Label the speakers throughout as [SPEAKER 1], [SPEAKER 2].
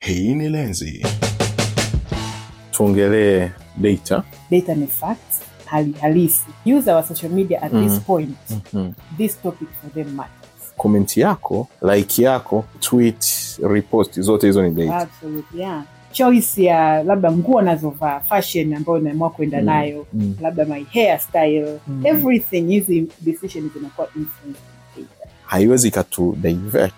[SPEAKER 1] Hii ni Lenzi.
[SPEAKER 2] tuongelee data
[SPEAKER 3] data ni facts hali halisi user wa social media at this
[SPEAKER 2] Mhm.
[SPEAKER 3] point
[SPEAKER 2] mm.
[SPEAKER 3] this topic for them matters
[SPEAKER 2] komenti yako like yako tweet repost zote hizo ni data
[SPEAKER 3] absolutely yeah choice ya labda nguo anazovaa fashion ambayo unaamua kwenda
[SPEAKER 2] Mm.
[SPEAKER 3] nayo
[SPEAKER 2] mm.
[SPEAKER 3] labda my hair style
[SPEAKER 2] Mm.
[SPEAKER 3] everything hizi decision zinakuwa influenced by data
[SPEAKER 2] haiwezi ikatu divert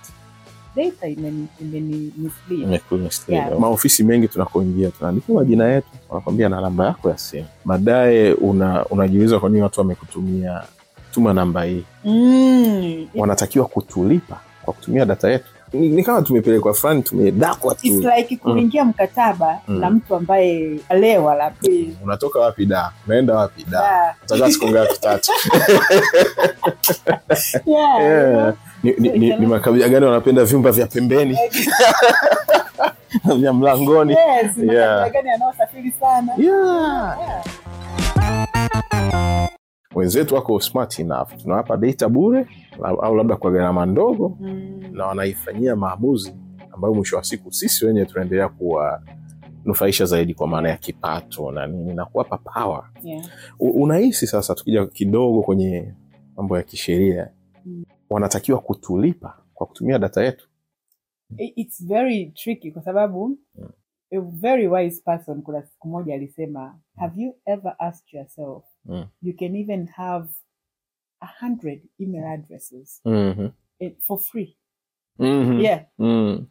[SPEAKER 3] data imeni imeni mislead
[SPEAKER 2] Imekumisaidia.
[SPEAKER 3] Yeah.
[SPEAKER 2] maofisi mengi tunakoingia tunaandika majina yetu wanakwambia na namba yako ya simu baadaye una, unajiuliza kwa nini watu wamekutumia tuma namba hii
[SPEAKER 3] Mm,
[SPEAKER 2] wanatakiwa kutulipa kwa kutumia data yetu ni, ni kama tumepelekwa fulani tumedakwa tu
[SPEAKER 3] it's like kuingia mkataba
[SPEAKER 2] Mm.
[SPEAKER 3] na mtu ambaye alewa labda
[SPEAKER 2] unatoka wapi da unaenda wapi da
[SPEAKER 3] Da.
[SPEAKER 2] utakaa siku ngapi tatu
[SPEAKER 3] Yeah, you know.
[SPEAKER 2] Yeah. Eh, ni, ni, ni, ni makabila gani wanapenda vyumba vya pembeni vya mlangoni
[SPEAKER 3] Yes,
[SPEAKER 2] Yeah.
[SPEAKER 3] makabila gani anaosafiri sana
[SPEAKER 2] Yeah. wenzetu wako smart enough tunawapa data bure la- au labda kwa gharama ndogo
[SPEAKER 3] Mm.
[SPEAKER 2] na wanaifanyia maamuzi ambayo mwisho wa siku sisi wenyewe tunaendelea kuwanufaisha zaidi kwa maana ya kipato na nini na kuwapa power
[SPEAKER 3] Yeah.
[SPEAKER 2] U- unahisi sasa tukija kidogo kwenye mambo ya kisheria
[SPEAKER 3] Mm.
[SPEAKER 2] wanatakiwa kutulipa kwa kutumia data yetu
[SPEAKER 3] I- It's very tricky kwa sababu a very wise person kuna siku moja alisema have you ever asked yourself
[SPEAKER 2] Mm.
[SPEAKER 3] you can even have a hundred email addresses
[SPEAKER 2] mm-hmm.
[SPEAKER 3] eh, for free
[SPEAKER 2] Mm-hmm.
[SPEAKER 3] yeah
[SPEAKER 2] Mm.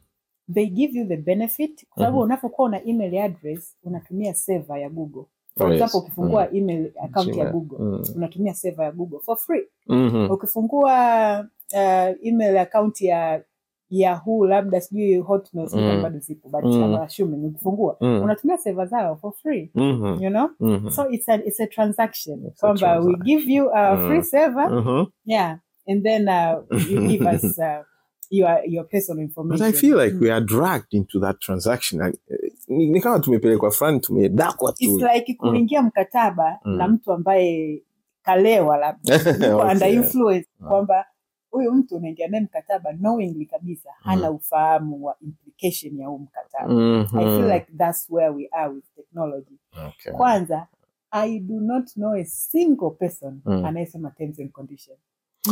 [SPEAKER 3] they give you the benefit kwa sababu
[SPEAKER 2] Mhm.
[SPEAKER 3] unapokuwa una email address unatumia seva ya google
[SPEAKER 2] Oh,
[SPEAKER 3] for
[SPEAKER 2] yes. Mm.
[SPEAKER 3] example ukifungua email account ya
[SPEAKER 2] Gmail.
[SPEAKER 3] google
[SPEAKER 2] Mm.
[SPEAKER 3] unatumia seva ya google for free
[SPEAKER 2] Mhm.
[SPEAKER 3] ukifungua uh, email account ya yahoo labda sijui hotmail sijui
[SPEAKER 2] Mm.
[SPEAKER 3] bado zipo but
[SPEAKER 2] Mm.
[SPEAKER 3] I'm assuming ukifungua
[SPEAKER 2] Mm.
[SPEAKER 3] unatumia seva zao for free
[SPEAKER 2] Mhm.
[SPEAKER 3] you know
[SPEAKER 2] Mhm.
[SPEAKER 3] so it's a, it's a transaction
[SPEAKER 2] It's a
[SPEAKER 3] kwamba we
[SPEAKER 2] transaction.
[SPEAKER 3] give you a
[SPEAKER 2] Mm.
[SPEAKER 3] free server
[SPEAKER 2] Mhm.
[SPEAKER 3] yeah and then uh, you give us uh, your, your personal
[SPEAKER 2] But
[SPEAKER 3] information
[SPEAKER 2] I feel like
[SPEAKER 3] Mm.
[SPEAKER 2] we are dragged into that transaction. Like, eh, Ni, ni kama tumepelekwa fulani tumedakwa tu.
[SPEAKER 3] It's like kuingia mkataba
[SPEAKER 2] Mm.
[SPEAKER 3] na mtu ambaye kalewa labda yuko
[SPEAKER 2] Okay.
[SPEAKER 3] under influence
[SPEAKER 2] Mm.
[SPEAKER 3] kwamba huyu mtu unaingia naye mkataba knowingly kabisa
[SPEAKER 2] Mm.
[SPEAKER 3] hana ufahamu wa implication ya huu mkataba
[SPEAKER 2] Mhm.
[SPEAKER 3] i feel like that's where we are with technology
[SPEAKER 2] Okay.
[SPEAKER 3] kwanza i do not know a single person
[SPEAKER 2] Mm.
[SPEAKER 3] anayesoma terms and conditions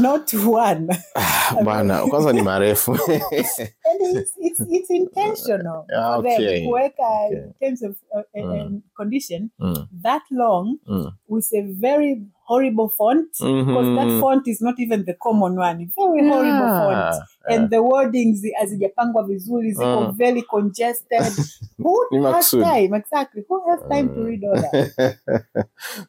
[SPEAKER 3] not one
[SPEAKER 2] Ah, Bwana, kwanza ni marefu.
[SPEAKER 3] and it's, it's, it's intentional
[SPEAKER 2] Ah,
[SPEAKER 3] for them
[SPEAKER 2] okay.
[SPEAKER 3] kuweka
[SPEAKER 2] Okay.
[SPEAKER 3] terms of, uh, and-
[SPEAKER 2] Mm.
[SPEAKER 3] and condition
[SPEAKER 2] Mm.
[SPEAKER 3] that long
[SPEAKER 2] Mm.
[SPEAKER 3] with a very horrible font because that
[SPEAKER 2] Mhm.
[SPEAKER 3] font is not even the common one very horrible
[SPEAKER 2] Yeah.
[SPEAKER 3] font and the wordings hazijapangwa vizuri ziko
[SPEAKER 2] Mm.
[SPEAKER 3] very congested
[SPEAKER 2] Ni
[SPEAKER 3] who has
[SPEAKER 2] makusudi. Eh.
[SPEAKER 3] time exactly who has time to read all that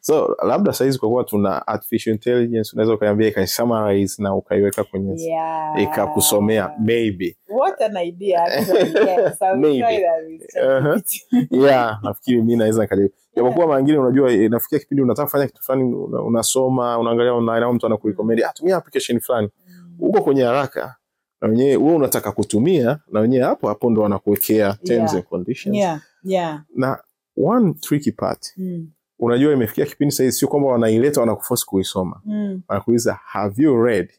[SPEAKER 2] so labda sahizi kwa kuwa tuna artificial intelligence unaweza ukaiambia ikaisummarize na ukaiweka kwenye
[SPEAKER 3] yeah
[SPEAKER 2] ikakusomea maybe
[SPEAKER 3] what an idea actually yes I will
[SPEAKER 2] Maybe.
[SPEAKER 3] try that with
[SPEAKER 2] Uh-huh.
[SPEAKER 3] ChatGPT.
[SPEAKER 2] yeah nafikiri mi naweza nikajaribu japokuwa mara nyingine unajua eh, nafikia kipindi unataka kufanya kitu fulani una- unasoma unaangalia online au mtu anakurekomendi ah, tumia application fulani uko kwenye haraka na wenyewe wewe unataka kutumia na wenyewe hapo hapo ndo wanakuwekea terms
[SPEAKER 3] Yeah.
[SPEAKER 2] and conditions
[SPEAKER 3] yeah yeah
[SPEAKER 2] na one tricky part
[SPEAKER 3] mm.
[SPEAKER 2] unajua imefikia kipindi sahizi sio kwamba wanaileta wanakufosi kuisoma
[SPEAKER 3] Mm.
[SPEAKER 2] wanakuuliza have you read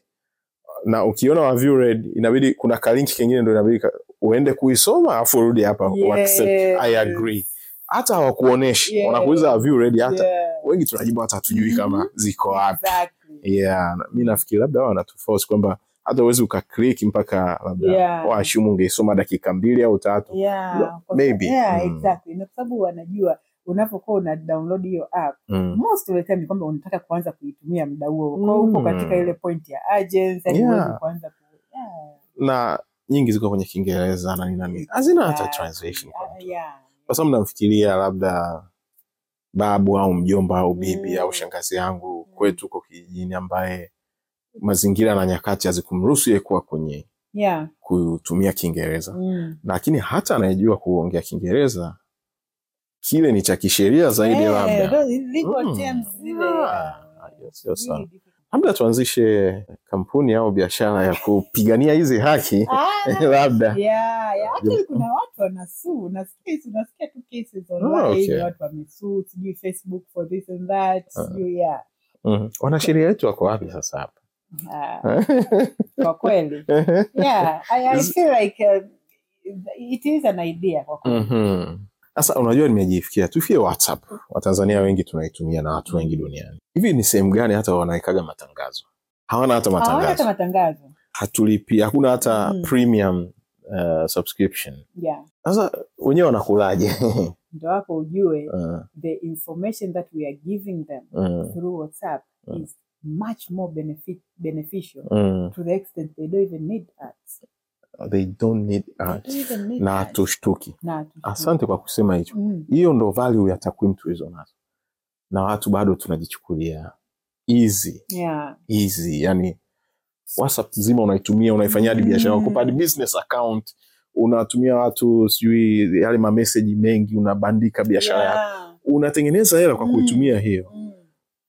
[SPEAKER 2] na ukiona have you read inabidi kuna kalinki kengine ndo inabidi ka- uende kuisoma afu urudi hapa yes. I agree. hata hawakuoneshi
[SPEAKER 3] Yeah.
[SPEAKER 2] wanakuuliza have you read hata
[SPEAKER 3] Yeah,
[SPEAKER 2] wengi tunajibu hata hatujui kama ziko wapi
[SPEAKER 3] Mm-hmm. exactly.
[SPEAKER 2] yeah na- mi nafikiri labda wanatuforce kwamba hata uwezi ukaklik mpaka labda
[SPEAKER 3] Yeah.
[SPEAKER 2] washumu ungeisoma dakika mbili au tatu
[SPEAKER 3] yeah, kwa-
[SPEAKER 2] Maybe.
[SPEAKER 3] yeah
[SPEAKER 2] Mm.
[SPEAKER 3] exactly na kwa sababu wanajua unapokuwa una download hiyo app
[SPEAKER 2] mm.
[SPEAKER 3] most of the time ni kwamba unataka kuanza kuitumia muda huo kwa hiyo uko
[SPEAKER 2] Mm.
[SPEAKER 3] katika ile point ya urgency yani
[SPEAKER 2] Yeah.
[SPEAKER 3] huwezi kuanza ku yeah,
[SPEAKER 2] na nyingi ziko kwenye kiingereza na nini na nini hazina hata
[SPEAKER 3] exactly.
[SPEAKER 2] translation
[SPEAKER 3] Ah, yeah.
[SPEAKER 2] kwa sababu namfikiria labda babu au mjomba au bibi
[SPEAKER 3] Mm.
[SPEAKER 2] au shangazi yangu
[SPEAKER 3] Mm.
[SPEAKER 2] kwetu huko kijijini ambaye mazingira na nyakati hazikumruhusu yeye kuwa kwenye
[SPEAKER 3] yeah
[SPEAKER 2] kutumia kiingereza
[SPEAKER 3] mm.
[SPEAKER 2] lakini hata anayejua kuongea kiingereza kile ni cha kisheria zaidi
[SPEAKER 3] Eh,
[SPEAKER 2] labda
[SPEAKER 3] those legal
[SPEAKER 2] Mm.
[SPEAKER 3] terms zile
[SPEAKER 2] Ah, hiyo sio
[SPEAKER 3] Really
[SPEAKER 2] sawa.
[SPEAKER 3] difficult.
[SPEAKER 2] labda tuanzishe kampuni au biashara ya kupigania hizi haki
[SPEAKER 3] Ah,
[SPEAKER 2] labda
[SPEAKER 3] yeah, yeah. Actually, kuna watu wanasuu nasikia hizi- unasikia tu cases online
[SPEAKER 2] Oh, okay.
[SPEAKER 3] watu wamesuu sijui facebook for this and that
[SPEAKER 2] Ah.
[SPEAKER 3] sijui yeah
[SPEAKER 2] Mhm. wanasheria wetu wako wapi sasa hapa Uh-huh.
[SPEAKER 3] Ah, kwa kweli yeah, I, I feel like uh, it is an idea kwa kweli.
[SPEAKER 2] Mhm. Sasa unajua, nimejifikia tufie WhatsApp. Watanzania wengi tunaitumia na watu wengi duniani. Hivi ni sehemu gani hata wanaekaga matangazo? Hawana hata
[SPEAKER 3] Hawana
[SPEAKER 2] matangazo,
[SPEAKER 3] hata
[SPEAKER 2] Mm-hmm.
[SPEAKER 3] matangazo
[SPEAKER 2] hatulipi, hakuna hata
[SPEAKER 3] Mm.
[SPEAKER 2] premium uh, subscription.
[SPEAKER 3] yeah
[SPEAKER 2] Sasa wenyewe wanakulaje?
[SPEAKER 3] ndo hapo ujue
[SPEAKER 2] Uh,
[SPEAKER 3] the information that we are giving them
[SPEAKER 2] mm,
[SPEAKER 3] through whatsapp
[SPEAKER 2] Mm.
[SPEAKER 3] is much more benefit, beneficial
[SPEAKER 2] mm.
[SPEAKER 3] to the extent they don't even need ads.
[SPEAKER 2] They don't need
[SPEAKER 3] They
[SPEAKER 2] ads.
[SPEAKER 3] don't even need
[SPEAKER 2] na
[SPEAKER 3] ads.
[SPEAKER 2] hatushtuki.
[SPEAKER 3] Na hatu-
[SPEAKER 2] Asante kwa kusema hicho.
[SPEAKER 3] Mm.
[SPEAKER 2] hiyo ndo value ya takwimu tulizo nazo na watu bado tunajichukulia easy
[SPEAKER 3] Yeah.
[SPEAKER 2] easy yani whatsapp nzima unaitumia unaifanyia hadi biashara
[SPEAKER 3] Mm.
[SPEAKER 2] unakupa hadi business account unatumia watu sijui yale mameseji mengi unabandika biashara yako
[SPEAKER 3] Yeah.
[SPEAKER 2] unatengeneza hela kwa
[SPEAKER 3] Mm.
[SPEAKER 2] kuitumia hiyo
[SPEAKER 3] Mm.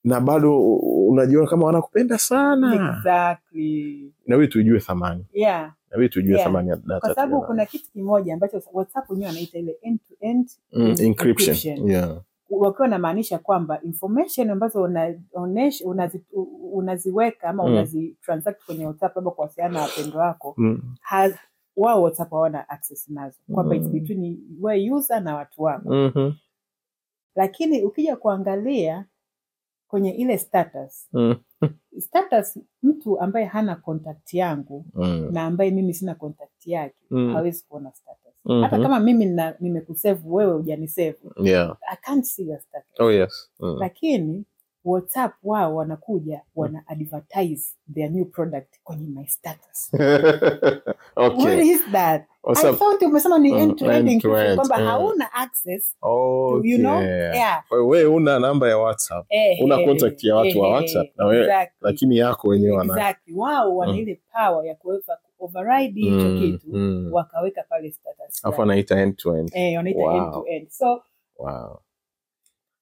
[SPEAKER 2] na bado unajiona kama wanakupenda
[SPEAKER 3] Mm.
[SPEAKER 2] sana
[SPEAKER 3] Exactly.
[SPEAKER 2] nawe tujue thamani
[SPEAKER 3] Yeah.
[SPEAKER 2] nawe tujue
[SPEAKER 3] Yeah.
[SPEAKER 2] thamani ya data
[SPEAKER 3] Kwa sababu
[SPEAKER 2] tuliyonayo.
[SPEAKER 3] kuna kitu kimoja ambacho WhatsApp wenyewe wanaita ile end to end
[SPEAKER 2] Mm, encryption.
[SPEAKER 3] encryption.
[SPEAKER 2] Yeah.
[SPEAKER 3] wakiwa wanamaanisha kwamba information ambazo unaonesha unazi, u- unaziweka ama
[SPEAKER 2] Mm.
[SPEAKER 3] unazitransact kwenye WhatsApp labda kuwasiliana na wapendo wako
[SPEAKER 2] Mm.
[SPEAKER 3] has- wao WhatsApp hawana access nazo kwamba it's
[SPEAKER 2] Mm.
[SPEAKER 3] between we user na watu wako
[SPEAKER 2] Mhm.
[SPEAKER 3] lakini ukija kuangalia kwenye ile status
[SPEAKER 2] Mm.
[SPEAKER 3] status mtu ambaye hana contact yangu
[SPEAKER 2] Mm.
[SPEAKER 3] na ambaye mimi sina contact yake
[SPEAKER 2] Mm.
[SPEAKER 3] hawezi kuona status
[SPEAKER 2] Mhm.
[SPEAKER 3] hata kama mimi nina- nimekusave wewe hujanisave
[SPEAKER 2] Mm. Yeah.
[SPEAKER 3] i can't see your status
[SPEAKER 2] Oh, yes. Mm.
[SPEAKER 3] lakini whatsapp wao wanakuja wana advertise their new product kwenye my status what
[SPEAKER 2] okay.
[SPEAKER 3] is that
[SPEAKER 2] What's
[SPEAKER 3] i
[SPEAKER 2] up?
[SPEAKER 3] thought umesema ni
[SPEAKER 2] Mm,
[SPEAKER 3] end to end
[SPEAKER 2] end to
[SPEAKER 3] encryption
[SPEAKER 2] end,
[SPEAKER 3] kwamba
[SPEAKER 2] mm.
[SPEAKER 3] hauna access to,
[SPEAKER 2] Okay.
[SPEAKER 3] you know yeah
[SPEAKER 2] Wewe- wewe una namba ya WhatsApp
[SPEAKER 3] Eh,
[SPEAKER 2] Una
[SPEAKER 3] eh,
[SPEAKER 2] contact ya watu wa
[SPEAKER 3] eh,
[SPEAKER 2] WhatsApp
[SPEAKER 3] eh,
[SPEAKER 2] na wewe,
[SPEAKER 3] exactly.
[SPEAKER 2] lakini yako wenyewe wana
[SPEAKER 3] Exactly. wao wana
[SPEAKER 2] Mm.
[SPEAKER 3] ile power ya kuweza override hicho
[SPEAKER 2] Mm,
[SPEAKER 3] kitu
[SPEAKER 2] mm.
[SPEAKER 3] wakaweka pale status
[SPEAKER 2] Alafu
[SPEAKER 3] yao.
[SPEAKER 2] anaita end to end.
[SPEAKER 3] eh, wanaita
[SPEAKER 2] Wow.
[SPEAKER 3] end to end so
[SPEAKER 2] Wow.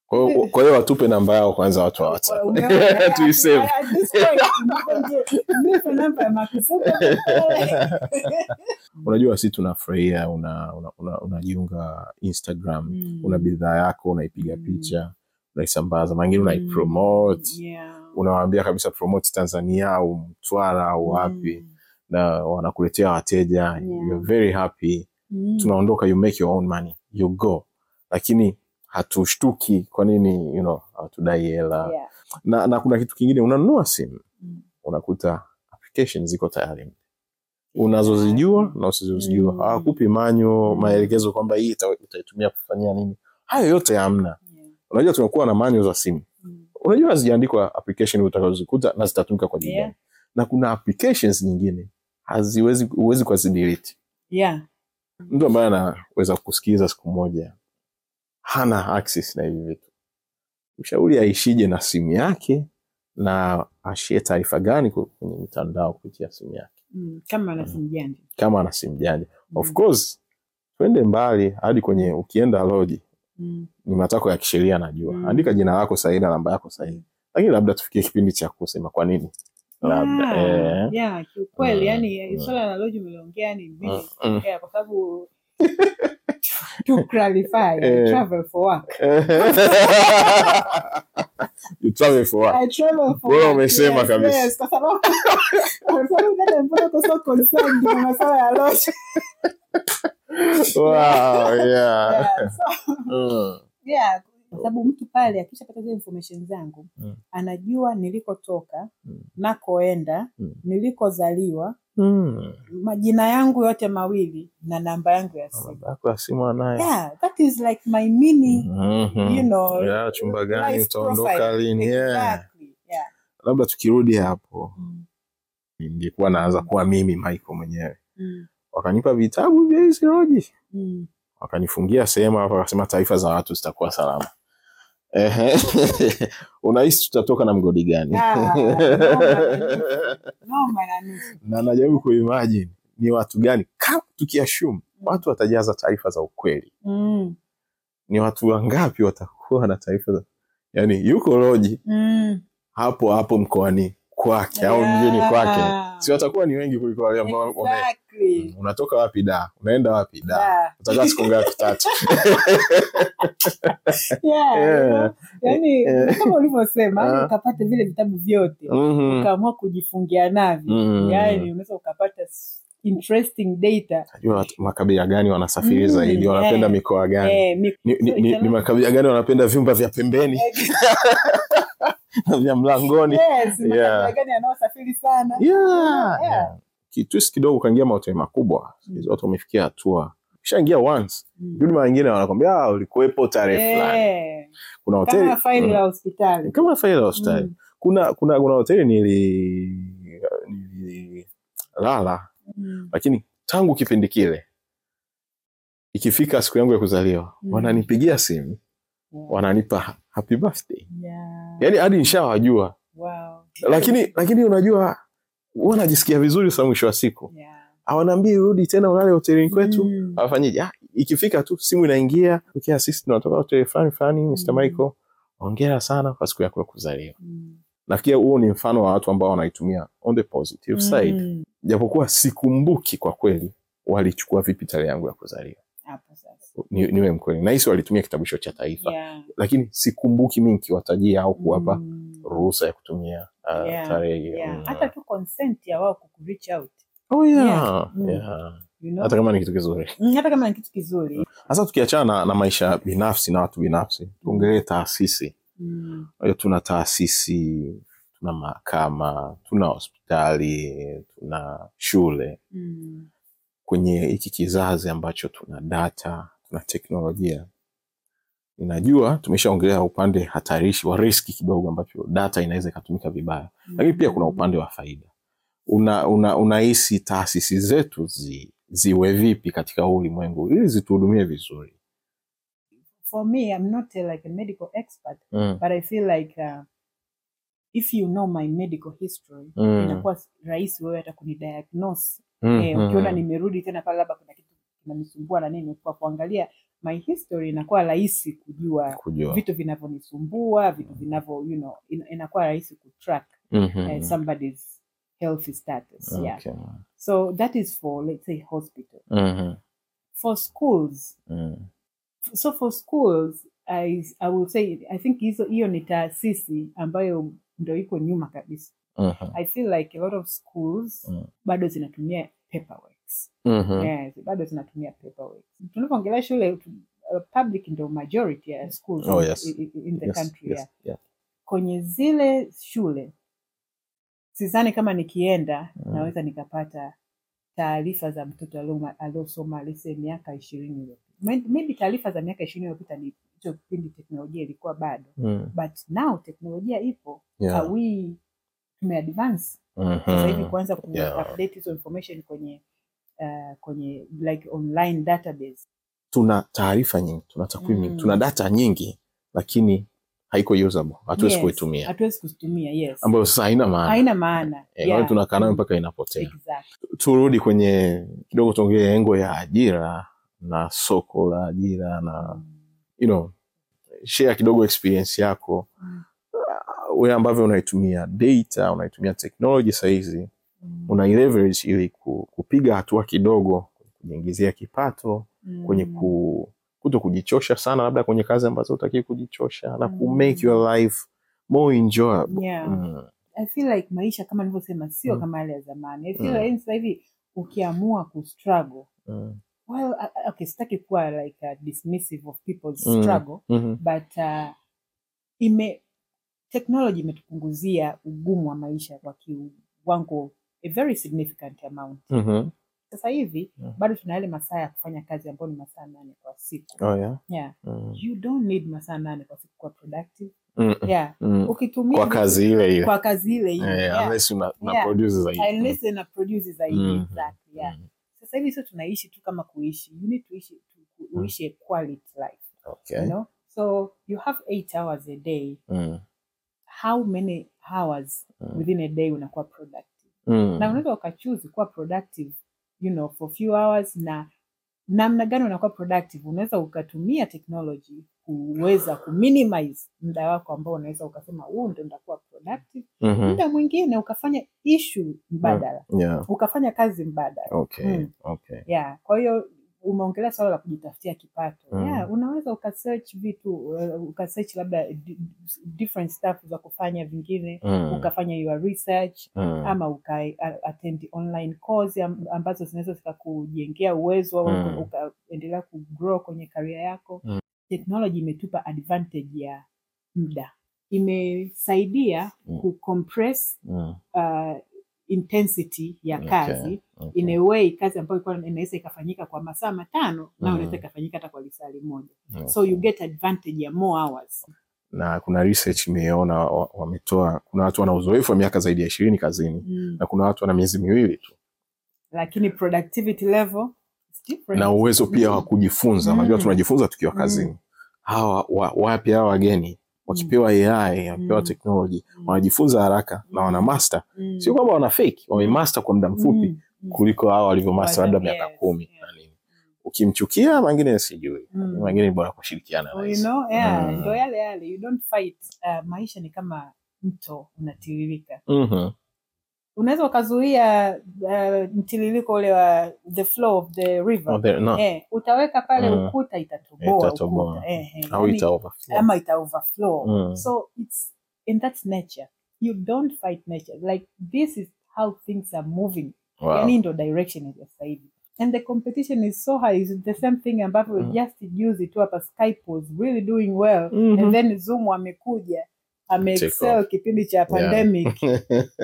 [SPEAKER 2] Kwa hiyo- kwa hiyo watupe namba yao kwanza watu wa WhatsApp.
[SPEAKER 3] umeona, eh,
[SPEAKER 2] Tuisave.
[SPEAKER 3] at- at this point, nipe namba ya Mark Zuckerberg.
[SPEAKER 2] Unajua si tunafurahia unajiunga una, una unajiunga Instagram,
[SPEAKER 3] Mm.
[SPEAKER 2] una bidhaa yako unaipiga
[SPEAKER 3] Mm.
[SPEAKER 2] picha, unaisambaza, mangine
[SPEAKER 3] Mm.
[SPEAKER 2] unaipromote.
[SPEAKER 3] Yeah.
[SPEAKER 2] unawaambia kabisa promote Tanzania au Mtwara au wapi
[SPEAKER 3] Mm.
[SPEAKER 2] na wanakuletea wateja you're very happy
[SPEAKER 3] Mm.
[SPEAKER 2] tunaondoka you make your own money you go lakini hatushtuki kwa nini you know hatudai hela
[SPEAKER 3] Yeah.
[SPEAKER 2] na, na kuna kitu kingine unanunua simu
[SPEAKER 3] Mm.
[SPEAKER 2] unakuta application ziko tayari unazozijua na usizozijua
[SPEAKER 3] Mm.
[SPEAKER 2] hawakupi manyo
[SPEAKER 3] Mm.
[SPEAKER 2] maelekezo kwamba hii ita- utaitumia kufanyia nini hayo yote hamna
[SPEAKER 3] Yeah.
[SPEAKER 2] unajua tumekuwa na manyo za simu
[SPEAKER 3] Mm.
[SPEAKER 2] unajua hazijaandikwa application utakazozikuta na zitatumika kwa ajili
[SPEAKER 3] Yeah.
[SPEAKER 2] gani. na kuna applications nyingine haziwezi huwezi kuwazidiriti
[SPEAKER 3] Yeah.
[SPEAKER 2] mtu ambaye anaweza kusikiliza siku moja hana access na hivi vitu ushauri aishije na simu yake na ashie taarifa gani ku- kwenye mitandao kupitia simu yake
[SPEAKER 3] Mm. kama ana simu janja
[SPEAKER 2] kama ana simu janja of
[SPEAKER 3] Mm.
[SPEAKER 2] course twende mbali hadi kwenye ukienda loji
[SPEAKER 3] Mm.
[SPEAKER 2] ni matakwa ya kisheria najua
[SPEAKER 3] Mm.
[SPEAKER 2] andika jina lako sahihi na namba yako sahihi lakini labda tufikie kipindi cha kusema kwa nini
[SPEAKER 3] Ah.
[SPEAKER 2] labda
[SPEAKER 3] Yeah,
[SPEAKER 2] eh.
[SPEAKER 3] yeah, kiukweli
[SPEAKER 2] Mm,
[SPEAKER 3] yani
[SPEAKER 2] mm.
[SPEAKER 3] swala la loji umeliongea ni mimi
[SPEAKER 2] Mm, mm.
[SPEAKER 3] yeah, kwa sababu to clarify
[SPEAKER 2] Eh.
[SPEAKER 3] I travel for work
[SPEAKER 2] You travel for what?
[SPEAKER 3] I travel for
[SPEAKER 2] Bora
[SPEAKER 3] work,
[SPEAKER 2] umesema
[SPEAKER 3] yes,
[SPEAKER 2] kabisa.
[SPEAKER 3] yes, kwa sababu kwa sababu dada mbona uko so concerned na masuala ya loji
[SPEAKER 2] Wow, yeah.
[SPEAKER 3] yeah, so,
[SPEAKER 2] Mm.
[SPEAKER 3] yeah kwa sababu mtu pale akishapata zile information zangu
[SPEAKER 2] Mm.
[SPEAKER 3] anajua nilikotoka
[SPEAKER 2] Mm.
[SPEAKER 3] nakoenda
[SPEAKER 2] Mm.
[SPEAKER 3] nilikozaliwa
[SPEAKER 2] Mm.
[SPEAKER 3] majina yangu yote mawili na namba yangu ya simu
[SPEAKER 2] Namba yako ya simu anayo.
[SPEAKER 3] yeah, that is like my mini
[SPEAKER 2] Mhm.
[SPEAKER 3] you know,
[SPEAKER 2] Yeah, chumba gani
[SPEAKER 3] life
[SPEAKER 2] utaondoka
[SPEAKER 3] profile.
[SPEAKER 2] lini? Yeah.
[SPEAKER 3] Exactly, yeah.
[SPEAKER 2] Labda tukirudi hapo
[SPEAKER 3] Mm,
[SPEAKER 2] ningekuwa naanza kuwa mimi Michael mwenyewe.
[SPEAKER 3] mm,
[SPEAKER 2] Wakanipa vitabu vya hizi roji.
[SPEAKER 3] mm.
[SPEAKER 2] Wakanifungia sehemu hapa wakasema taarifa za watu zitakuwa salama. Ehe. Unahisi tutatoka na mgodi gani?
[SPEAKER 3] Ah, naona. No, mara nusu.
[SPEAKER 2] na najaribu kuimagine ni watu gani kama tukiashumu watu watajaza taarifa za ukweli
[SPEAKER 3] Mm,
[SPEAKER 2] ni watu wangapi watakuwa na taarifa za yani yuko loji
[SPEAKER 3] mm.
[SPEAKER 2] hapo hapo mkoani kwake au mjini kwake
[SPEAKER 3] Yeah.
[SPEAKER 2] si watakuwa ni wengi kuliko wale ambao wame-
[SPEAKER 3] Exactly.
[SPEAKER 2] Mm, unatoka wapi da unaenda wapi da
[SPEAKER 3] Yeah.
[SPEAKER 2] utakaa siku ngapi tatu
[SPEAKER 3] Yeah, you know, yani,
[SPEAKER 2] Eh.
[SPEAKER 3] kama ulivyosema
[SPEAKER 2] Ah.
[SPEAKER 3] yani ukapata vile vitabu vyote
[SPEAKER 2] Mhm.
[SPEAKER 3] ukaamua kujifungia navyo
[SPEAKER 2] Mm.
[SPEAKER 3] yani unaweza ukapata s- interesting data
[SPEAKER 2] najua makabila gani wanasafiri
[SPEAKER 3] Mm,
[SPEAKER 2] zaidi wanapenda
[SPEAKER 3] eh,
[SPEAKER 2] mikoa gani
[SPEAKER 3] eh, mi-
[SPEAKER 2] ni, ni,
[SPEAKER 3] so
[SPEAKER 2] ni,
[SPEAKER 3] it's a
[SPEAKER 2] ni
[SPEAKER 3] lot-
[SPEAKER 2] makabila gani wanapenda vyumba vya pembeni na vya mlangoni
[SPEAKER 3] Yes,
[SPEAKER 2] Yeah.
[SPEAKER 3] makabila gani yanayosafiri sana
[SPEAKER 2] yeah.
[SPEAKER 3] Yeah.
[SPEAKER 2] kitwist kidogo ukaingia mahoteli makubwa Siku hizi watu wamefikia hatua ushaingia once judi mara nyingine wanakwambia "Ah, ulikuwepo tarehe fulani
[SPEAKER 3] Mm. Eh,
[SPEAKER 2] kuna
[SPEAKER 3] kama faili
[SPEAKER 2] hoteli Mm.
[SPEAKER 3] la hospitali
[SPEAKER 2] kama faili la hospitali
[SPEAKER 3] Mm,
[SPEAKER 2] kuna kuna kuna hoteli nili nililala
[SPEAKER 3] mm.
[SPEAKER 2] lakini tangu kipindi kile ikifika siku yangu ya kuzaliwa
[SPEAKER 3] Mm.
[SPEAKER 2] wananipigia simu
[SPEAKER 3] Yeah.
[SPEAKER 2] wananipa happy birthday
[SPEAKER 3] Yeah.
[SPEAKER 2] yaani hadi nishawajua
[SPEAKER 3] Wow.
[SPEAKER 2] lakini lakini unajua huwa najisikia vizuri sa mwisho wa siku
[SPEAKER 3] Yeah.
[SPEAKER 2] awanaambii rudi tena ulale hotelini kwetu
[SPEAKER 3] Mm.
[SPEAKER 2] awafanyiji ah, ikifika tu simu inaingia okay, sisi tunatoka hoteli fulani fulani Mr.
[SPEAKER 3] Mm.
[SPEAKER 2] Michael ongera sana kwa siku yako ya kuzaliwa
[SPEAKER 3] Mm.
[SPEAKER 2] nafikiri huo ni mfano wa watu ambao wanaitumia on the positive side
[SPEAKER 3] Mm.
[SPEAKER 2] japokuwa sikumbuki kwa kweli walichukua vipi tarehe yangu ya kuzaliwa
[SPEAKER 3] Hapo sasa.
[SPEAKER 2] ni, niwe mkweli nahisi walitumia kitabu hicho cha taifa
[SPEAKER 3] Yeah.
[SPEAKER 2] lakini sikumbuki mi nkiwatajia au kuwapa
[SPEAKER 3] Mm.
[SPEAKER 2] ruhusa ya kutumia uh,
[SPEAKER 3] Yeah,
[SPEAKER 2] tarehe hiyo.
[SPEAKER 3] Yeah.
[SPEAKER 2] Mm.
[SPEAKER 3] hata tu consent ya wao kukureach out
[SPEAKER 2] Oh, yeah.
[SPEAKER 3] Yeah. Mm.
[SPEAKER 2] Yeah.
[SPEAKER 3] you know?
[SPEAKER 2] hata kama ni kitu kizuri
[SPEAKER 3] Mm, hata kama ni kitu kizuri
[SPEAKER 2] hasa tukiachana na, na maisha binafsi na watu binafsi tuongelee taasisi
[SPEAKER 3] Mm.
[SPEAKER 2] Kwa hiyo tuna taasisi tuna mahakama tuna hospitali tuna shule
[SPEAKER 3] Mm.
[SPEAKER 2] kwenye hiki kizazi ambacho tuna data tuna teknolojia ninajua tumeshaongelea upande hatarishi wa riski kidogo ambacho data inaweza ikatumika vibaya lakini pia kuna upande wa faida una una, unahisi taasisi zetu zi, ziwe vipi katika huu ulimwengu ili zituhudumie vizuri
[SPEAKER 3] for me i'm not uh, like a medical expert
[SPEAKER 2] mm.
[SPEAKER 3] but i feel like uh, if you know my medical history
[SPEAKER 2] Mm.
[SPEAKER 3] inakuwa rahisi wewe hata kunidiagnose
[SPEAKER 2] Mm.
[SPEAKER 3] eh, ukiona nimerudi tena pale labda kuna kitu kinanisumbua na nini kwa kuangalia my history inakuwa rahisi kujua
[SPEAKER 2] kujua
[SPEAKER 3] vitu vinavyonisumbua
[SPEAKER 2] Mm.
[SPEAKER 3] vitu vinavyo you know, ina- inakuwa rahisi kutrack
[SPEAKER 2] Mhm.
[SPEAKER 3] uh, somebody's health status yeah
[SPEAKER 2] Okay.
[SPEAKER 3] so that is for let's say hospital
[SPEAKER 2] Mhm.
[SPEAKER 3] for schools
[SPEAKER 2] Mm.
[SPEAKER 3] so for schools i, I will say i think hizo- hiyo ni taasisi ambayo ndo iko nyuma kabisa
[SPEAKER 2] Mhm.
[SPEAKER 3] i feel like a lot of schools
[SPEAKER 2] Mm.
[SPEAKER 3] bado zinatumia paperworks
[SPEAKER 2] Mhm.
[SPEAKER 3] yes, bado zinatumia paperwork. Tunapoongelea shule tu- uh, public ndo majority ya schools
[SPEAKER 2] Oh,
[SPEAKER 3] in-
[SPEAKER 2] yes.
[SPEAKER 3] i- i- in the
[SPEAKER 2] Yes,
[SPEAKER 3] country
[SPEAKER 2] yes,
[SPEAKER 3] yeah.
[SPEAKER 2] yeah.
[SPEAKER 3] Kwenye zile shule sidhani kama nikienda
[SPEAKER 2] Mm.
[SPEAKER 3] naweza nikapata taarifa za mtoto alio- aliosoma lise miaka ishirini iliyopita. May- Maybe taarifa za miaka ishirini iliyopita ni hicho kipindi teknolojia ilikuwa bado,
[SPEAKER 2] Mm.
[SPEAKER 3] but now teknolojia ipo.
[SPEAKER 2] Yeah.
[SPEAKER 3] Are we tumeadvance sasa hivi
[SPEAKER 2] Mhm.
[SPEAKER 3] kuanza ku
[SPEAKER 2] Yeah.
[SPEAKER 3] update hizo information kwenye uh, kwenye like online database
[SPEAKER 2] tuna taarifa nyingi tuna takwimu nyingi
[SPEAKER 3] Mm.
[SPEAKER 2] tuna data nyingi lakini haiko usable hatuwezi
[SPEAKER 3] Yes,
[SPEAKER 2] kuitumia
[SPEAKER 3] hatuwezi kuzitumia yes
[SPEAKER 2] ambayo sasa haina maana
[SPEAKER 3] haina maana
[SPEAKER 2] Eh, kwa hiyo tunakaa nayo mpaka inapotea
[SPEAKER 3] exactly.
[SPEAKER 2] turudi kwenye kidogo tuongee engo ya ajira na soko la ajira na you know, share kidogo experience yako
[SPEAKER 3] Mm.
[SPEAKER 2] Ah, wewe ambavyo unaitumia data unaitumia technology sahizi
[SPEAKER 3] Mm.
[SPEAKER 2] unaileverage ili ku- kupiga hatua kidogo kujiingizia kipato
[SPEAKER 3] Mm.
[SPEAKER 2] kwenye ku, kuto kujichosha sana labda kwenye kazi ambazo utakii kujichosha na ku
[SPEAKER 3] Mm.
[SPEAKER 2] make your life more enjoyable
[SPEAKER 3] Yeah.
[SPEAKER 2] Mm.
[SPEAKER 3] I feel like maisha kama nilivyosema sio
[SPEAKER 2] Mm.
[SPEAKER 3] kama yale ya zamani I feel
[SPEAKER 2] Mm.
[SPEAKER 3] like sasa hivi ukiamua kustruggle
[SPEAKER 2] Mm.
[SPEAKER 3] well I- I- okay sitaki kuwa like uh, dismissive of people's
[SPEAKER 2] Mm.
[SPEAKER 3] struggle
[SPEAKER 2] Mhm.
[SPEAKER 3] but uh, ime technology imetupunguzia ugumu wa maisha kwa kiwango a very significant amount
[SPEAKER 2] Mhm.
[SPEAKER 3] sasa hivi
[SPEAKER 2] Mm.
[SPEAKER 3] bado tuna yale masaa ya kufanya kazi ambayo ni masaa nane kwa siku
[SPEAKER 2] Oh, yeah.
[SPEAKER 3] yeah.
[SPEAKER 2] Mm.
[SPEAKER 3] you don't need masaa nane kwa siku kuwa productive
[SPEAKER 2] Mm.
[SPEAKER 3] yeah.
[SPEAKER 2] Mm.
[SPEAKER 3] ukitumia
[SPEAKER 2] kwa
[SPEAKER 3] vitu-
[SPEAKER 2] kazi ile ile
[SPEAKER 3] kwa kazi ile ile,
[SPEAKER 2] Eh,
[SPEAKER 3] yeah.
[SPEAKER 2] unless una- una
[SPEAKER 3] Yeah.
[SPEAKER 2] produce zaidi.
[SPEAKER 3] Unless ina produce zaidi
[SPEAKER 2] Mm.
[SPEAKER 3] exactly, yeah.
[SPEAKER 2] Mm.
[SPEAKER 3] sasa hivi sio tunaishi tu kama kuishi you need to ishi, to, to,
[SPEAKER 2] Mm.
[SPEAKER 3] uishi a quality life
[SPEAKER 2] Okay.
[SPEAKER 3] you know so you have eight hours a day
[SPEAKER 2] Mm.
[SPEAKER 3] how many hours
[SPEAKER 2] Mm.
[SPEAKER 3] within a day unakuwa productive
[SPEAKER 2] Mm.
[SPEAKER 3] na unaweza ukachuzi kuwa productive you know for few hours na namna gani unakuwa productive unaweza ukatumia technology kuweza kuminimize muda wako ambao unaweza ukasema huu ndo ndakuwa productive
[SPEAKER 2] Mhm.
[SPEAKER 3] muda mwingine ukafanya issue mbadala
[SPEAKER 2] Yeah.
[SPEAKER 3] ukafanya kazi mbadala
[SPEAKER 2] Okay.
[SPEAKER 3] Mm.
[SPEAKER 2] Okay.
[SPEAKER 3] yeah kwa hiyo umeongelea swala la kujitafutia kipato
[SPEAKER 2] Mm.
[SPEAKER 3] yeah, unaweza ukasearch vitu uh, ukasearch labda di- different stuff za kufanya vingine
[SPEAKER 2] Mm,
[SPEAKER 3] ukafanya your research
[SPEAKER 2] mm,
[SPEAKER 3] ama ukaattend online course am- ambazo zinaweza zikakujengea uwezo au
[SPEAKER 2] Mm.
[SPEAKER 3] ukaendelea kugrow kwenye karia yako
[SPEAKER 2] Mm.
[SPEAKER 3] teknoloji imetupa advantage ya muda imesaidia
[SPEAKER 2] Mm.
[SPEAKER 3] kucompress
[SPEAKER 2] mm.
[SPEAKER 3] uh, intensity ya
[SPEAKER 2] Okay.
[SPEAKER 3] kazi
[SPEAKER 2] Okay.
[SPEAKER 3] in a way kazi ambayo ilikuwa inaweza ikafanyika kwa masaa matano na
[SPEAKER 2] Mm.
[SPEAKER 3] unaweza ikafanyika hata kwa lisali moja
[SPEAKER 2] Okay.
[SPEAKER 3] so you get advantage ya more hours
[SPEAKER 2] Mm. na kuna research nimeona wa- wametoa, kuna watu wana uzoefu wa miaka zaidi ya ishirini kazini
[SPEAKER 3] mm.
[SPEAKER 2] na kuna watu wana miezi miwili tu
[SPEAKER 3] lakini productivity level is different.
[SPEAKER 2] na uwezo pia wa kujifunza.
[SPEAKER 3] Mm.
[SPEAKER 2] Unajua tunajifunza tukiwa
[SPEAKER 3] Mm.
[SPEAKER 2] kazini. Hawa wa- wapi hawa wageni wakipewa AI, wakipewa
[SPEAKER 3] Mm.
[SPEAKER 2] teknoloji
[SPEAKER 3] Mm.
[SPEAKER 2] wanajifunza haraka na
[SPEAKER 3] Mm.
[SPEAKER 2] wana master,
[SPEAKER 3] Mm.
[SPEAKER 2] sio kwamba wana fake, wamemaster kwa muda mfupi
[SPEAKER 3] Mm, mm.
[SPEAKER 2] kuliko hawa walivyo master labda
[SPEAKER 3] Wata-
[SPEAKER 2] miaka
[SPEAKER 3] yes,
[SPEAKER 2] kumi
[SPEAKER 3] yes.
[SPEAKER 2] na nini. Ukimchukia mangine sijui
[SPEAKER 3] Mm.
[SPEAKER 2] mangine ni bora kushirikiana
[SPEAKER 3] Oh,
[SPEAKER 2] na
[SPEAKER 3] you
[SPEAKER 2] hizo.
[SPEAKER 3] know, yeah,
[SPEAKER 2] Oh Mm.
[SPEAKER 3] ndo yale yale you don't fight uh, maisha ni kama mto unatiririka
[SPEAKER 2] Mhm.
[SPEAKER 3] unaweza ukazuia uh, mtiririko ule wa the flow of the river
[SPEAKER 2] Oh, there- no.
[SPEAKER 3] eh, utaweka pale
[SPEAKER 2] Mm.
[SPEAKER 3] ukuta itatoboa
[SPEAKER 2] Itatoboa.
[SPEAKER 3] ukuta. Eh, eh,
[SPEAKER 2] Au
[SPEAKER 3] yani-
[SPEAKER 2] ita overflow.
[SPEAKER 3] ama ita overflow
[SPEAKER 2] Mm.
[SPEAKER 3] so it's and that's nature you don't fight nature like this is how things are moving
[SPEAKER 2] Wow.
[SPEAKER 3] yani ndo direction ya sasa hivi and the competition is so high is the same thing ambavyo
[SPEAKER 2] Mm.
[SPEAKER 3] just juzi tu hapa skype was really doing well
[SPEAKER 2] Mhm.
[SPEAKER 3] and then zoom amekuja
[SPEAKER 2] Take
[SPEAKER 3] ameexcel
[SPEAKER 2] off.
[SPEAKER 3] kipindi cha pandemic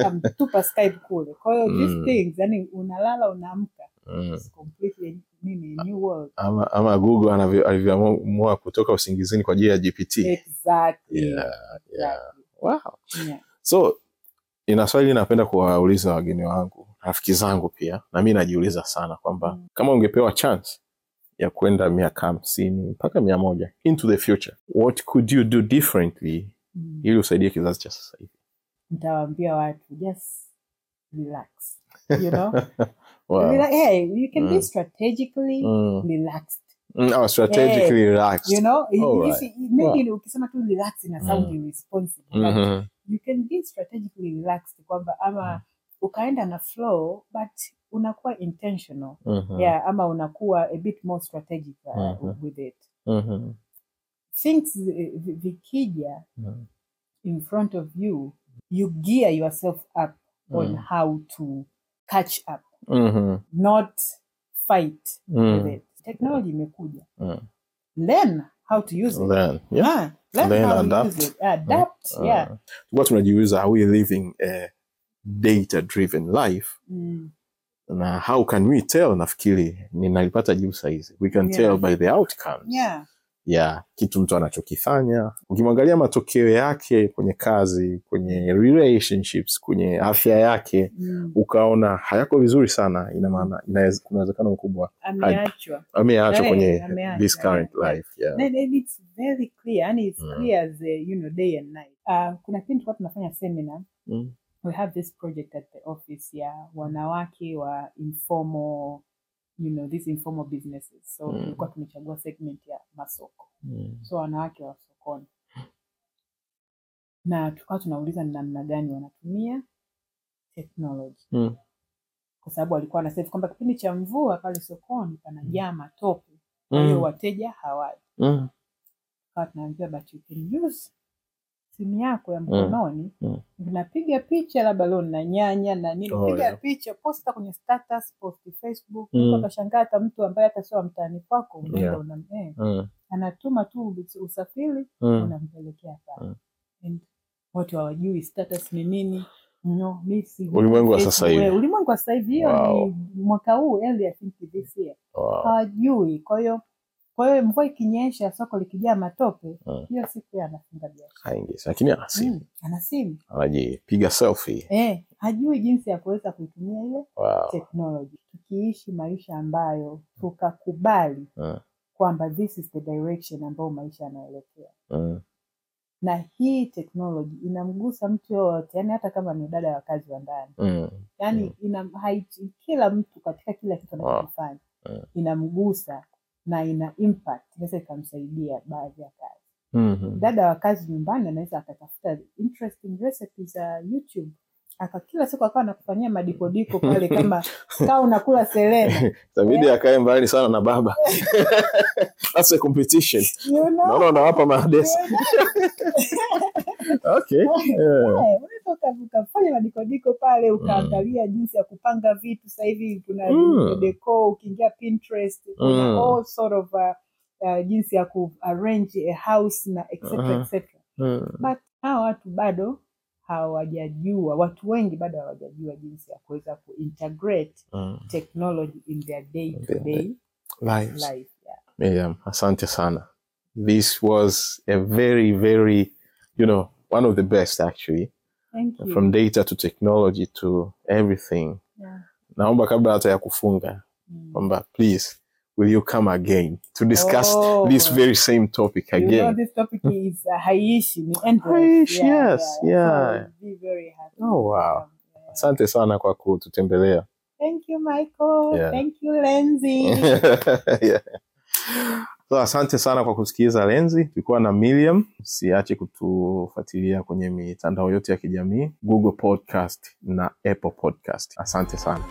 [SPEAKER 3] amtupa skype kule kwa hiyo
[SPEAKER 2] Mm.
[SPEAKER 3] these things yani unalala unaamka
[SPEAKER 2] Mm.
[SPEAKER 3] it's completely nini a new world
[SPEAKER 2] ama, ama Google anavyo- alivyoamua kutoka usingizini kwa ajili ya GPT.
[SPEAKER 3] exactly
[SPEAKER 2] Yeah, yeah.
[SPEAKER 3] exactly.
[SPEAKER 2] Wow.
[SPEAKER 3] Yeah.
[SPEAKER 2] So ina swali napenda kuwauliza wageni wangu, rafiki zangu pia, na mi najiuliza sana kwamba
[SPEAKER 3] Mm.
[SPEAKER 2] kama ungepewa chance ya kwenda miaka hamsini mpaka mia moja into the future, what could you do differently
[SPEAKER 3] Mm.
[SPEAKER 2] ili usaidie kizazi cha sasa hivi?
[SPEAKER 3] nitawaambia watu just relax you know
[SPEAKER 2] Wow.
[SPEAKER 3] Rela- hey, you can be
[SPEAKER 2] Mm.
[SPEAKER 3] strategically
[SPEAKER 2] Mm.
[SPEAKER 3] relaxed
[SPEAKER 2] Mm, oh, strategically relaxed.
[SPEAKER 3] you know If-
[SPEAKER 2] All
[SPEAKER 3] if-
[SPEAKER 2] right.
[SPEAKER 3] maybe ukisema tu relax ina sound
[SPEAKER 2] Mm.
[SPEAKER 3] irresponsible but
[SPEAKER 2] Mhm.
[SPEAKER 3] you can be strategically relaxed kwamba
[SPEAKER 2] Mm.
[SPEAKER 3] ama ukaenda na flow but unakuwa intentional
[SPEAKER 2] Mhm.
[SPEAKER 3] yeah ama unakuwa a bit more strategic uh,
[SPEAKER 2] Mhm.
[SPEAKER 3] with it
[SPEAKER 2] Mhm.
[SPEAKER 3] things eh, vi- vikija
[SPEAKER 2] Mhm.
[SPEAKER 3] in front of you you gear yourself up on
[SPEAKER 2] Mm.
[SPEAKER 3] how to catch up
[SPEAKER 2] Mhm.
[SPEAKER 3] not fight with
[SPEAKER 2] Mhm.
[SPEAKER 3] it. Technology imekuja.
[SPEAKER 2] Mm.
[SPEAKER 3] Learn how to use it.
[SPEAKER 2] Then, yeah.
[SPEAKER 3] Ah, learn
[SPEAKER 2] Learn,
[SPEAKER 3] how
[SPEAKER 2] adapt.
[SPEAKER 3] to use it. Adapt.
[SPEAKER 2] Mm.
[SPEAKER 3] Yeah.
[SPEAKER 2] Tulikuwa tunajiuliza are we living a data driven life
[SPEAKER 3] Mm.
[SPEAKER 2] na how can we tell nafikiri ninalipata jibu sahizi we can
[SPEAKER 3] Yeah.
[SPEAKER 2] tell by the outcomes
[SPEAKER 3] Yeah.
[SPEAKER 2] ya kitu mtu anachokifanya ukimwangalia matokeo yake kwenye kazi kwenye relationships kwenye afya yake
[SPEAKER 3] Mm.
[SPEAKER 2] ukaona hayako vizuri sana ina maana inaweza- kuna uwezekano mkubwa
[SPEAKER 3] Ameachwa.
[SPEAKER 2] ameachwa
[SPEAKER 3] Eh,
[SPEAKER 2] kwenye
[SPEAKER 3] ameachwa,
[SPEAKER 2] this current
[SPEAKER 3] yeah.
[SPEAKER 2] life yeah.
[SPEAKER 3] Then and it's very clear and it's
[SPEAKER 2] Mm.
[SPEAKER 3] clear as uh, you know day and night. Uh, kuna kipindi tulikuwa tunafanya seminar.
[SPEAKER 2] Mm.
[SPEAKER 3] We have this project at the office ya wanawake wa informal you know these informal businesses. So
[SPEAKER 2] Mm.
[SPEAKER 3] tulikuwa tumechagua segment ya masoko.
[SPEAKER 2] Mm.
[SPEAKER 3] so wanawake wa sokoni na tukawa tunauliza ni namna gani wanatumia teknoloji
[SPEAKER 2] Mm.
[SPEAKER 3] kwa sababu walikuwa wanasema kwamba kipindi cha mvua pale sokoni panajaa
[SPEAKER 2] Hmm.
[SPEAKER 3] matope kwa hiyo
[SPEAKER 2] Mm.
[SPEAKER 3] wateja hawaji
[SPEAKER 2] Mm.
[SPEAKER 3] tukawa tunaambia but you can use simu yako ya mkononi
[SPEAKER 2] Mm.
[SPEAKER 3] unapiga picha labda leo na nyanya na nini
[SPEAKER 2] Oh,
[SPEAKER 3] piga
[SPEAKER 2] yeah.
[SPEAKER 3] picha posta kwenye status posti facebook
[SPEAKER 2] Mm.
[SPEAKER 3] mm. kashangaa hata mtu ambaye hata sio wa mtaani kwako unaenda
[SPEAKER 2] Yeah.
[SPEAKER 3] una, eh,
[SPEAKER 2] Mm.
[SPEAKER 3] anatuma tu usafiri
[SPEAKER 2] Mm.
[SPEAKER 3] unampelekea pale.
[SPEAKER 2] Mm.
[SPEAKER 3] And Watu hawajui status ni nini. No, mi si-
[SPEAKER 2] Ulimwengu wa sasa hivi.
[SPEAKER 3] Eh, Ulimwengu wa sasa hivi hiyo
[SPEAKER 2] Wow.
[SPEAKER 3] ni mwaka huu early I think this year.
[SPEAKER 2] Wow.
[SPEAKER 3] Hawajui. Kwa hiyo kwa hiyo mvua ikinyesha soko likijaa matope,
[SPEAKER 2] Mm.
[SPEAKER 3] hiyo siku yeye anafunga biashara.
[SPEAKER 2] haingi lakini ah, ana simu
[SPEAKER 3] Mm, ana simu.
[SPEAKER 2] anajipiga selfie
[SPEAKER 3] Eh, hajui jinsi ya kuweza kuitumia ile
[SPEAKER 2] wow.
[SPEAKER 3] technology. Tukiishi maisha ambayo tukakubali
[SPEAKER 2] Mm.
[SPEAKER 3] kwamba this is the direction ambayo maisha yanaelekea.
[SPEAKER 2] Mm.
[SPEAKER 3] na hii teknoloji inamgusa mtu yoyote, yani hata kama ni dada wa kazi wa ndani,
[SPEAKER 2] Mm.
[SPEAKER 3] yani
[SPEAKER 2] Mm.
[SPEAKER 3] inam, hai, kila mtu katika kila kitu
[SPEAKER 2] Wow.
[SPEAKER 3] anachokifanya
[SPEAKER 2] Mm.
[SPEAKER 3] inamgusa na ina impact, inaweza ikamsaidia baadhi ya kazi.
[SPEAKER 2] Mhm.
[SPEAKER 3] Dada wa kazi nyumbani anaweza akatafuta interesting recipes za YouTube aka kila siku akawa nakufanyia madikodiko pale kama kaa unakula selena
[SPEAKER 2] itabidi akae mbali sana na baba that's a competition
[SPEAKER 3] you know?
[SPEAKER 2] naona unawapa maadesi okay yeah.
[SPEAKER 3] Eh, unaweza uka- ukafanya madikodiko pale ukaangalia jinsi ya kupanga vitu sasa hivi kuna
[SPEAKER 2] Mm.
[SPEAKER 3] deco ukiingia pinterest kuna
[SPEAKER 2] Mm.
[SPEAKER 3] all sort of uh, uh, jinsi ya kuarrange a house na etc
[SPEAKER 2] Aha.
[SPEAKER 3] etc
[SPEAKER 2] Mm.
[SPEAKER 3] but hawa watu bado hawajajua watu wengi bado hawajajua jinsi ya kuweza kuintegrate
[SPEAKER 2] Mm.
[SPEAKER 3] technology in their day to
[SPEAKER 2] Their
[SPEAKER 3] day
[SPEAKER 2] Lives.
[SPEAKER 3] life yeah.
[SPEAKER 2] Miriam, asante sana. This was a very, very, you know, one of the best actually,
[SPEAKER 3] Thank you.
[SPEAKER 2] from data to technology to everything.
[SPEAKER 3] Yeah.
[SPEAKER 2] Naomba kabla hata ya kufunga
[SPEAKER 3] Mm.
[SPEAKER 2] kwamba please will you come again to discuss
[SPEAKER 3] Oh.
[SPEAKER 2] this very same topic
[SPEAKER 3] You know
[SPEAKER 2] again?
[SPEAKER 3] this topic is uh, haishi ni endless.
[SPEAKER 2] Haishi, yes, yeah.
[SPEAKER 3] So we'll be very happy.
[SPEAKER 2] Oh, wow.
[SPEAKER 3] Yeah.
[SPEAKER 2] Asante sana kwa kututembelea.
[SPEAKER 3] Thank you Michael.
[SPEAKER 2] Yeah.
[SPEAKER 3] Thank you Lenzi.
[SPEAKER 2] yeah. So, asante sana kwa kusikiliza Lenzi. Tulikuwa na Miriam. Usiache kutufuatilia kwenye mitandao yote ya kijamii, Google Podcast na Apple Podcast. Asante sana.